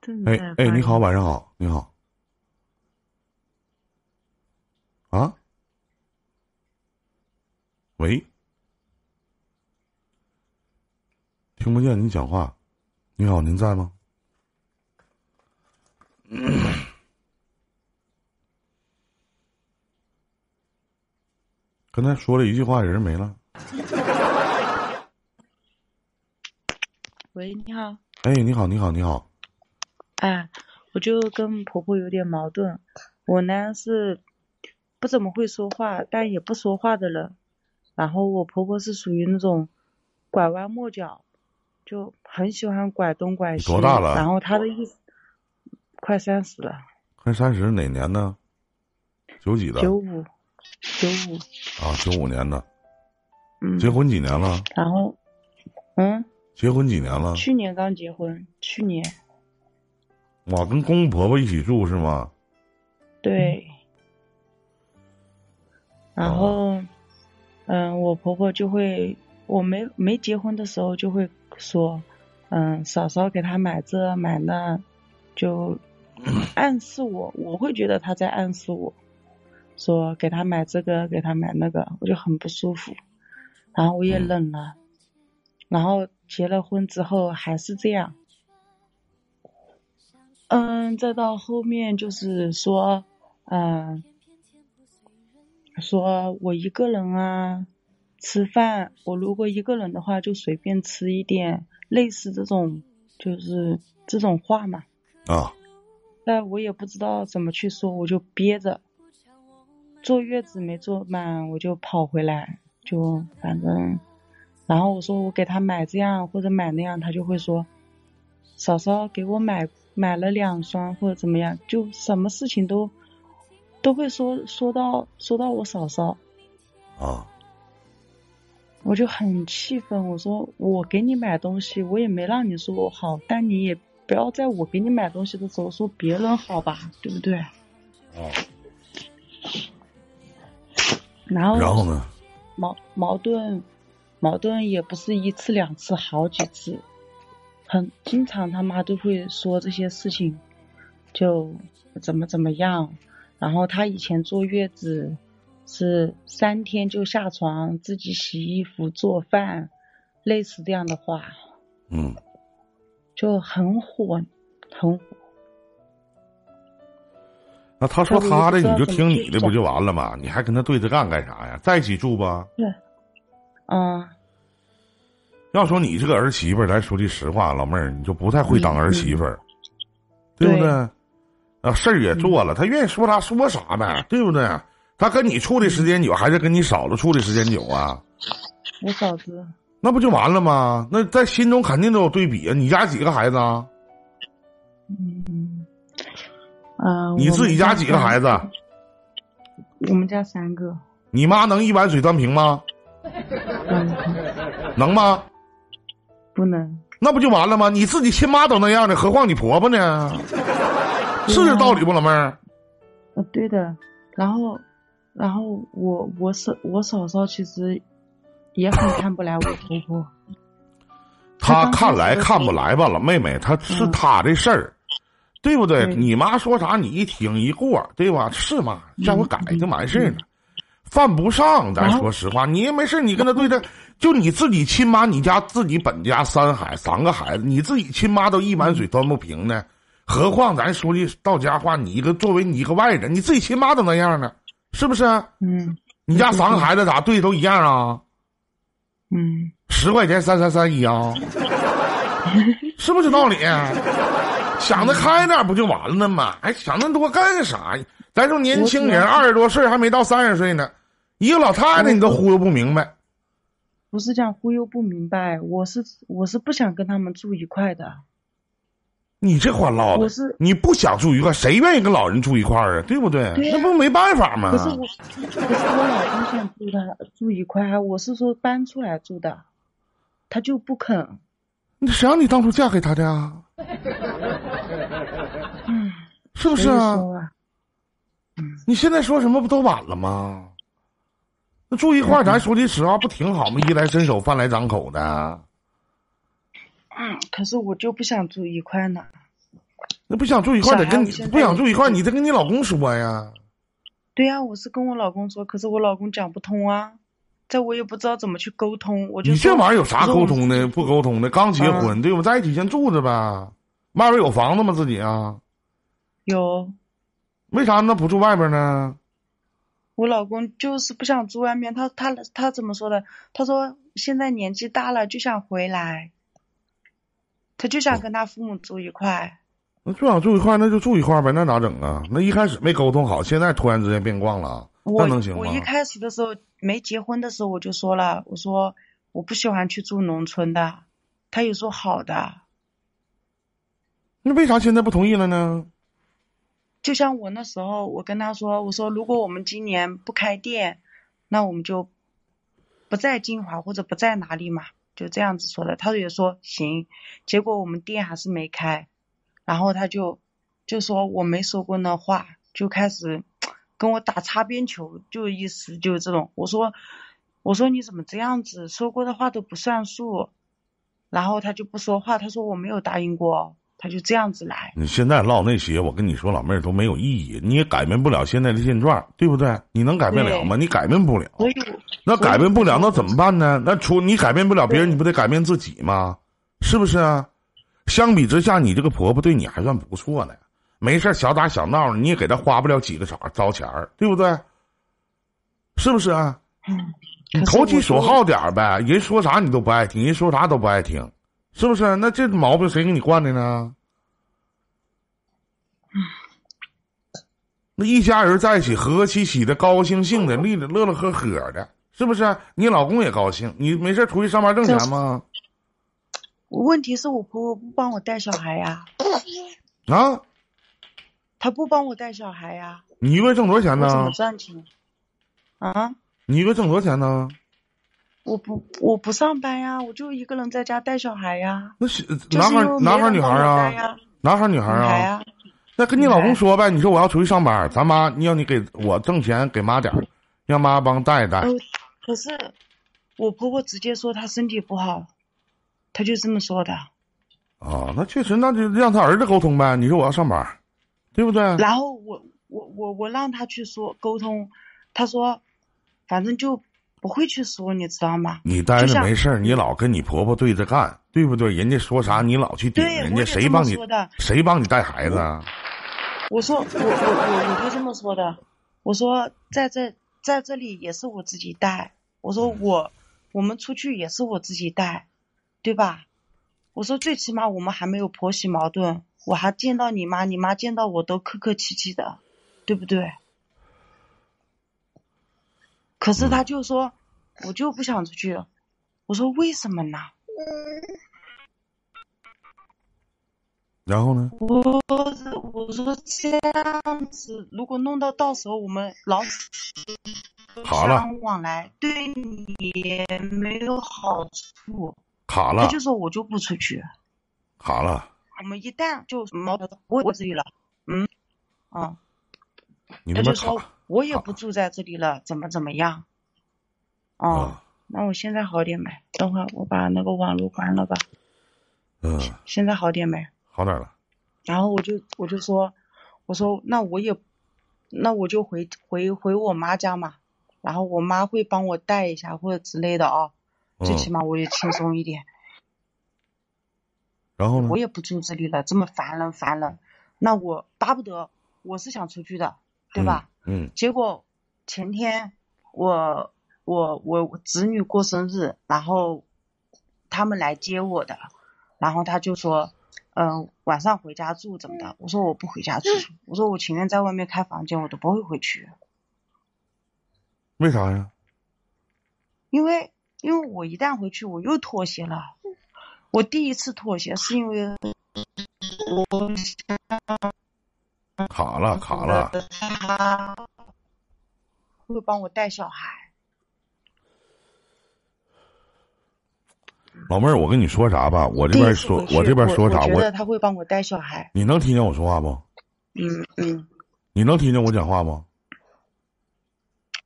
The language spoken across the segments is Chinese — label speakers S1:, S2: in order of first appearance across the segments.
S1: 正
S2: 哎
S1: 在
S2: 哎，
S1: 嗯发
S2: 你好，
S1: 言
S2: 晚上好，你好。啊？喂？听不见你讲话。你好，您在吗？刚才说了一句话，人没了。
S1: 喂，你好，
S2: 哎，你好，你好，你好。
S1: 哎，我就跟婆婆有点矛盾，我呢是不怎么会说话，但也不说话的人，然后我婆婆是属于那种拐弯抹角，就很喜欢拐东拐
S2: 你
S1: 西。
S2: 多大了
S1: 然后她的意思，快三十了，
S2: 快三十哪年呢？九几的？
S1: 九五，九五，
S2: 啊，九五年的。
S1: 嗯，
S2: 结婚几年了？
S1: 然后，嗯，
S2: 结婚几年了？
S1: 去年刚结婚，去年，
S2: 哇，跟公公婆婆一起住是吗？
S1: 对，然后，嗯，我婆婆就会，我没没结婚的时候就会说，嗯，嫂嫂给她买这买那，就暗示我，我会觉得她在暗示我，说给她买这个，给她买那个，我就很不舒服，然后我也
S2: 嗯
S1: 忍了，然后结了婚之后还是这样，嗯，再到后面就是说，嗯，说我一个人啊，吃饭，我如果一个人的话，就随便吃一点，类似这种，就是这种话嘛。
S2: 啊，
S1: 但我也不知道怎么去说，我就憋着。坐月子没坐满，我就跑回来，就反正，然后我说我给他买这样或者买那样，他就会说，嫂嫂给我买买了两双或者怎么样，就什么事情都都会说说到说到我嫂嫂，
S2: 啊，
S1: 我就很气愤，我说我给你买东西，我也没让你说我好，但你也不要在我给你买东西的时候说别人好吧，对不对？
S2: 啊
S1: 然后
S2: 然后呢？
S1: 矛矛盾矛盾也不是一次两次，好几次，很经常他妈都会说这些事情，就怎么怎么样。然后她以前坐月子是三天就下床，自己洗衣服、做饭，类似这样的话，
S2: 嗯，
S1: 就很火，很火。
S2: 那他说他的，
S1: 那我
S2: 你
S1: 就
S2: 就
S1: 不知道
S2: 听
S1: 怎么
S2: 你的
S1: 去
S2: 不就完了吗？你还跟他对着干干啥呀？在一起住吧。
S1: 嗯，
S2: 要说你这个儿媳妇儿，咱说句实话，老妹儿，你就不太会当儿媳妇儿，对不对？啊，事儿也做了，他愿意说啥说啥呗，对不对？他跟你处的时间久，还是跟你嫂子处的时间久啊？
S1: 我嫂子
S2: 那不就完了吗？那在心中肯定都有对比啊。你家几个孩子啊？
S1: 嗯，啊，
S2: 你自己家几个孩子？啊
S1: 我们家三个，
S2: 你妈能一碗水端平吗？
S1: 嗯，
S2: 能吗？
S1: 不能。
S2: 那不就完了吗？你自己亲妈都那样的，何况你婆婆呢？是这道理不，老妹儿？
S1: 呃，对的。然后，然后我我嫂我嫂嫂其实也很看不来我婆婆。
S2: 她
S1: 她刚
S2: 看来
S1: 开始
S2: 看不来吧，老妹妹，她是
S1: 嗯
S2: 她的事儿，对不对？
S1: 对
S2: 你妈说啥你一听一过，对吧？是妈，下回改就完事儿了。犯不上，咱
S1: 然后
S2: 说实话，你也没事，你跟她对着，就你自己亲妈，你家自己本家三孩三个孩子，你自己亲妈都一碗水端不平呢，何况咱说句到家话，你一个作为你一个外人，你自己亲妈都那样呢，是不是？啊
S1: 嗯
S2: 你家三个孩子咋对都一样啊？
S1: 嗯，
S2: 十块钱三三三 一啊，是不是道理？啊想得开点不就完了吗？还想那么多干啥呀？咱说年轻人
S1: 我主要
S2: 二十多岁还没到三十岁呢，一个老太太你都忽悠不明白。
S1: 不是这样忽悠不明白，我是我是不想跟他们住一块
S2: 啊
S1: 的。
S2: 你这话唠的
S1: 我是，
S2: 你不想住一块，谁愿意跟老人住一块儿啊？对不对？
S1: 对呀
S2: 那不没办法吗
S1: 可？是我，可是我老公想住他住一块啊，我是说搬出来住的，他就不肯。
S2: 那谁让你当初嫁给他的 啊？是不
S1: 所以
S2: 是啊？
S1: 说啊，
S2: 你现在说什么不都晚了吗？那住一块儿，咱说句实话，啊不挺好吗？衣来伸手，饭来张口的。
S1: 可是我就不想住一块呢。
S2: 那不想住一块儿得跟你
S1: 小孩我啊现在
S2: 不想住一块儿，你得跟你老公说呀。
S1: 对呀、我是跟我老公说，可是我老公讲不通啊，这我也不知道怎么去沟通。我就
S2: 你这
S1: 说
S2: 玩意儿有啥沟通
S1: 我嗯
S2: 的？不沟通的，刚结婚、对吧？在一起先住着呗。外边有房子吗？自己啊？
S1: 有
S2: 为啥那不住外边呢？
S1: 我老公就是不想住外面，他他他怎么说的？他说现在年纪大了就想回来，他就想跟他父母住一块。
S2: 那就想住一块儿，那就住一块儿呗。那咋整啊？那一开始没沟通好，现在突然之间变逛了，啊
S1: 我
S2: 那能行吗
S1: 我？一开始的时候没结婚的时候我就说了，我说我不喜欢去住农村的。他也说好的，
S2: 那为啥现在不同意了呢？
S1: 就像我那时候我跟他说，我说如果我们今年不开店，那我们就不在金华或者不在哪里嘛，就这样子说的。他也说行，结果我们店还是没开，然后他就就说我没说过那话，就开始跟我打擦边球，就意思就是这种。我说我说你怎么这样子，说过的话都不算数，然后他就不说话，他说我没有答应过，他就这样子来。
S2: 你现在唠那些，我跟你说，老妹儿都没有意义，你也改变不了现在的现状，对不对？你能改变了吗？你改变不了。
S1: 所以我
S2: 那改变不
S1: 所
S2: 了，
S1: 以
S2: 那怎么办呢？那除你改变不了别人，你不得改变自己吗？是不是啊？相比之下，你这个婆婆对你还算不错呢，没事儿小打小闹，你也给她花不了几个钱儿糟钱儿，对不对？是不是啊？
S1: 可是
S2: 投
S1: 我
S2: 其所
S1: 就
S2: 好点儿呗，人说啥你都不爱听，人说啥都不爱听，是不是？那这毛病谁给你惯的呢？
S1: 嗯
S2: 那一家人在一起和和气气的，高高兴兴的，
S1: 嗯
S2: 乐得乐乐呵呵的，是不是？你老公也高兴，你没事出去上班挣钱吗？
S1: 问题是我婆婆不帮我带小孩呀、
S2: 啊，
S1: 她不帮我带小孩呀、
S2: 你一个月挣多少钱
S1: 我怎
S2: 呢
S1: 么？赚钱？啊，
S2: 你一个月挣多少钱呢？
S1: 我不我不上班呀、我就一个人在家带小孩呀、
S2: 那是
S1: 就是
S2: 男孩
S1: 因为
S2: 男孩
S1: 没
S2: 女
S1: 人
S2: 孩
S1: 帮我带
S2: 啊？
S1: 呀，
S2: 男孩女孩
S1: 女孩
S2: 啊？
S1: 呀，
S2: 那跟你老公说呗，你说我要出去上班，咱妈你要你给我挣钱给妈
S1: 嗯
S2: 点儿，让妈帮带一带。
S1: 呃，可是我婆婆直接说她身体不好，她就这么说的。
S2: 啊，那确实，那就让他儿子沟通呗。你说我要上班，对不对？
S1: 然后我我我我让她去说沟通，她说反正就不会去说，你知道吗？
S2: 你待
S1: 就
S2: 着
S1: 像
S2: 没事儿你老跟你婆婆对着干，对不对？人家说啥你老去顶
S1: 对，
S2: 人
S1: 我
S2: 家，
S1: 也
S2: 谁
S1: 这么
S2: 帮你
S1: 说的。
S2: 谁帮你带孩子？啊？
S1: 我说我我我我就这么说的，我说在这在这里也是我自己带，我说我我们出去也是我自己带，对吧？我说最起码我们还没有婆媳矛盾，我还见到你妈，你妈见到我都客客气气的，对不对？可是他就说，我就不想出去了。我说为什么呢？
S2: 然后呢？
S1: 我我说这样子，如果弄到到时候我们老死
S2: 好了
S1: 相往来，对你也没有好处。
S2: 卡
S1: 他
S2: 了，
S1: 就说我就不出去，
S2: 卡了。
S1: 我们一旦就矛盾，我我自己了，嗯，啊，
S2: 你
S1: 他
S2: 他妈
S1: 就
S2: 卡
S1: 说我也
S2: 好
S1: 不住在这里了，怎么怎么样？哦，
S2: 啊！
S1: 那我现在好点没？等会儿我把那个网络关了吧，
S2: 嗯，
S1: 现在好点没？
S2: 好点儿了。
S1: 然后我就我就说，我说那我也，那我就回回回我妈家嘛，然后我妈会帮我带一下或者之类的啊、最起
S2: 嗯，
S1: 码我也轻松一点。
S2: 然后呢
S1: 我？也不住这里了，这么烦人烦人，那我巴不得我是想出去的，对吧？
S2: 嗯？
S1: 结果前天我我我我侄女过生日，然后他们来接我的，然后他就说，嗯、晚上回家住怎么的？我说我不回家住，我说我情愿在外面开房间，我都不会回去，
S2: 嗯，为啥呀？
S1: 因为因为我一旦回去，我又妥协了。我第一次妥协是因为
S2: 卡了，卡
S1: 嗯
S2: 了。
S1: 他会帮我带小孩。
S2: 老妹儿，我跟你说啥吧？我这
S1: 第
S2: 边
S1: 一次
S2: 说
S1: 回，去
S2: 我这边说啥？
S1: 我觉
S2: 我
S1: 得他会帮我带小孩。
S2: 你能听见我说话不？
S1: 嗯嗯，
S2: 你能听见我讲话吗？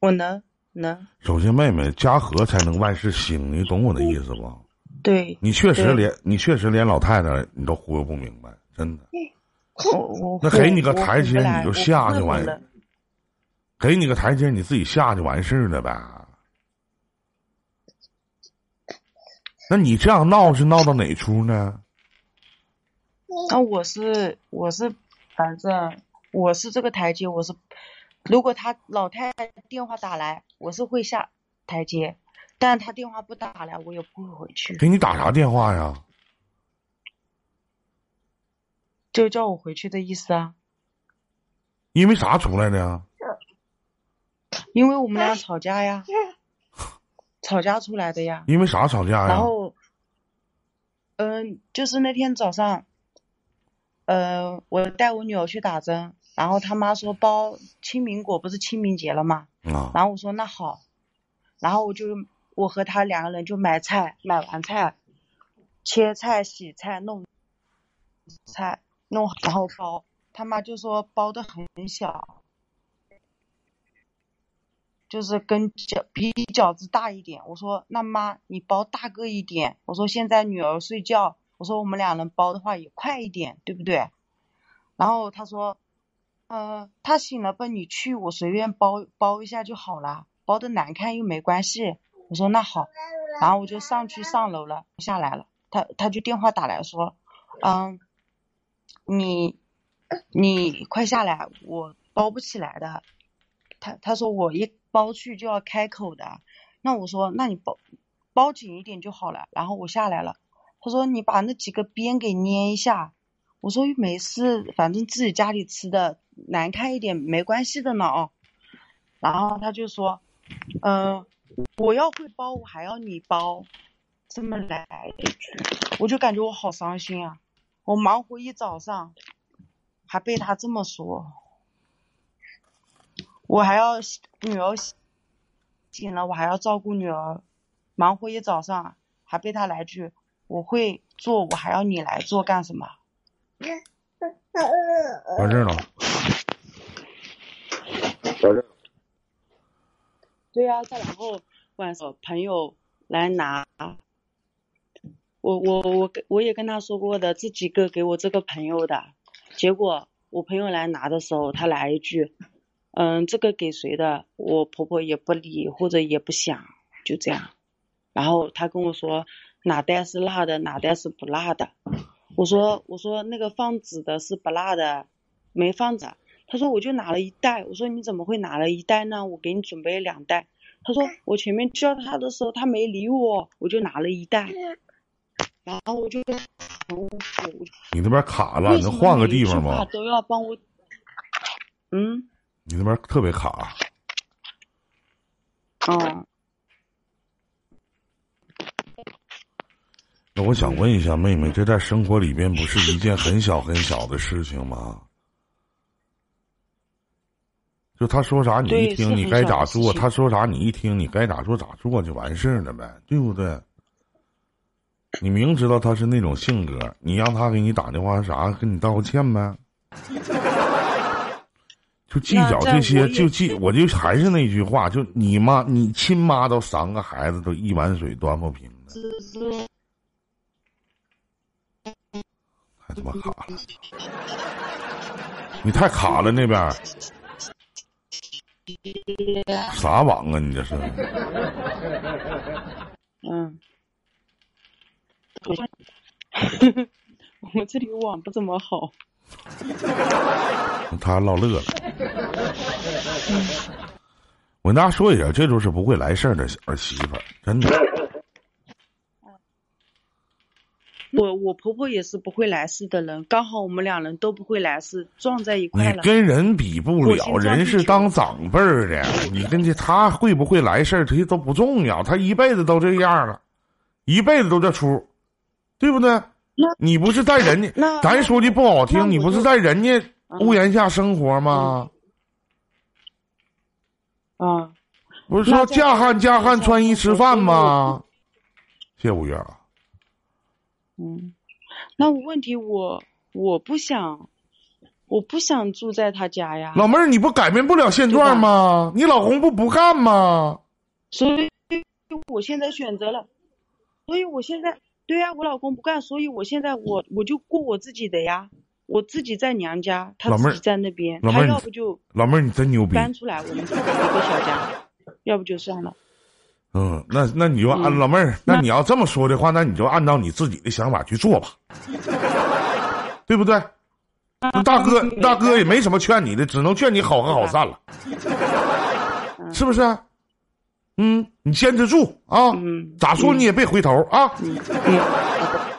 S1: 我能能，
S2: 首先，妹妹，家和才能万事兴，你懂我的意思不？
S1: 对
S2: 你确实
S1: 对
S2: 连你确实连老太太你都忽悠不明白，真的。
S1: 我我
S2: 那
S1: 会
S2: 给你个
S1: 我
S2: 台
S1: 回
S2: 阶
S1: 不
S2: 你
S1: 来
S2: 就
S1: 我
S2: 下
S1: 不
S2: 去
S1: 会
S2: 完
S1: 回来
S2: 给你个台阶，你自己下就完事儿了呗。那你这样闹是闹到哪出呢？
S1: 那我是我是，反正我是这个台阶，我是如果他老太太电话打来，我是会下台阶，但他电话不打来，我也不会回去，
S2: 给你打啥电话呀？
S1: 就叫我回去的意思啊。
S2: 因为啥出来的呀？
S1: 因为我们俩吵架哎呀，吵架出来的呀。
S2: 因为啥吵架呀
S1: 然？后，嗯、就是那天早上，呃，我带我女儿去打针，然后他妈说包清明果不是清明节了吗？
S2: 啊，
S1: 然后我说那好，然后我就我和他两个人就买菜，买完菜，切菜、洗菜、弄菜，弄好然后包。他妈就说包的很小，就是跟饺比饺子大一点。我说那妈你包大个一点。我说现在女儿睡觉，我说我们俩人包的话也快一点，对不对？然后他说呃，他醒了吧？你去，我随便包包一下就好了，包的难看又没关系。我说那好，然后我就上去上楼了，下来了，他他就电话打来说，嗯，你你快下来，我包不起来的。他他说我一包去就要开口的，那我说那你包包紧一点就好了。然后我下来了，他说你把那几个边给捏一下，我说没事，反正自己家里吃的难看一点没关系的呢哦。然后他就说，嗯、我要会包，我还要你包，这么来一句，我就感觉我好伤心啊！我忙活一早上，还被他这么说，我还要女儿醒了，我还要照顾女儿，忙活一早上还被他来句，我会做，我还要你来做干什么？
S2: 完事儿了。
S1: 对呀、再然后晚上朋友来拿，我我我跟我也跟他说过的，这几个给我这个朋友的，结果我朋友来拿的时候，他来一句，嗯，这个给谁的？我婆婆也不理或者也不想，就这样。然后他跟我说哪袋是辣的，哪袋是不辣的。我说我说那个放纸的是不辣的，没放着。他说我就拿了一袋，我说你怎么会拿了一袋呢？我给你准备了两袋。他说我前面叫他的时候他没理我，我就拿了一袋，然后我就很无辜，我就
S2: 你那边卡了，
S1: 为
S2: 你
S1: 什
S2: 能
S1: 么
S2: 换
S1: 每
S2: 个
S1: 一
S2: 地
S1: 句
S2: 方
S1: 话
S2: 吗？
S1: 都要帮我，嗯，
S2: 你那边特别卡，
S1: 哦，
S2: 那我想问一下妹
S1: 嗯
S2: 妹，这在生活里边不是一件很小很小的事情吗？就他说啥你一
S1: 对是
S2: 听，
S1: 很
S2: 你
S1: 小
S2: 该
S1: 的
S2: 咋
S1: 事
S2: 做；
S1: 情
S2: 他说啥你一听，你该咋做咋做就完事儿了呗，对不对？你明知道他是那种性格，你让他给你打电话啥，跟你道个歉呗。就计较
S1: 那在
S2: 这些，
S1: 我也
S2: 就计我就还是那句话，就你妈你亲妈都三个孩子都一碗水端不平的，
S1: 这是
S2: 还他妈卡了，你太卡了那 边儿啥网啊？你这是
S1: 嗯， 我这里网不怎么好，
S2: 他还唠乐了。
S1: 嗯
S2: 我跟大家说一下，这就是不会来事儿的儿媳妇儿，真的。
S1: 我我婆婆也是不会来事的人，刚好我们两人都不会来事，撞在一块
S2: 你
S1: 了。
S2: 跟人比不
S1: 我
S2: 了，
S1: 先抓
S2: 人
S1: 地
S2: 是
S1: 球
S2: 当长辈儿的，你跟这他会不会来事儿，这都不重要，他一辈子都这样了，一辈子都这出，对不对？你不是在人家，
S1: 那
S2: 咱说句不好
S1: 那我
S2: 听，你不
S1: 就是嗯
S2: 在人家屋檐下生活吗？
S1: 啊，
S2: 不是
S1: 那
S2: 说
S1: 这
S2: 嫁
S1: 样
S2: 汉嫁汉
S1: 我
S2: 穿衣吃
S1: 我
S2: 饭
S1: 觉得
S2: 吗？谢谢五月啊，
S1: 嗯，那我问题我我不想，我不想住在他家呀，
S2: 老妹儿，你不改变不了现状吗？你老公不不干吗？
S1: 所以我现在选择了，所以我现在对呀、我老公不干，所以我现在我我就过我自己的呀，我自己在娘家，他
S2: 老妹儿
S1: 自己在那边，
S2: 老妹儿
S1: 他
S2: 你
S1: 要不就
S2: 老妹儿你真牛逼，
S1: 搬出来，我们自己一个小家，要不就算了。
S2: 嗯，那那你就按、
S1: 嗯
S2: 老妹儿，那
S1: 那
S2: 你要这么说的话，那你就按照你自己的想法去做吧，对不对？那大哥
S1: 嗯，
S2: 大哥也没什么劝你的，只能劝你好合好散了，是不是啊？嗯，你坚持住啊！
S1: 嗯
S2: 咋说你也别回头啊！
S1: 嗯嗯，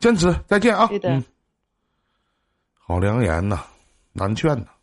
S2: 坚持，再见啊！
S1: 对的
S2: 嗯，好良言呐，难劝呐。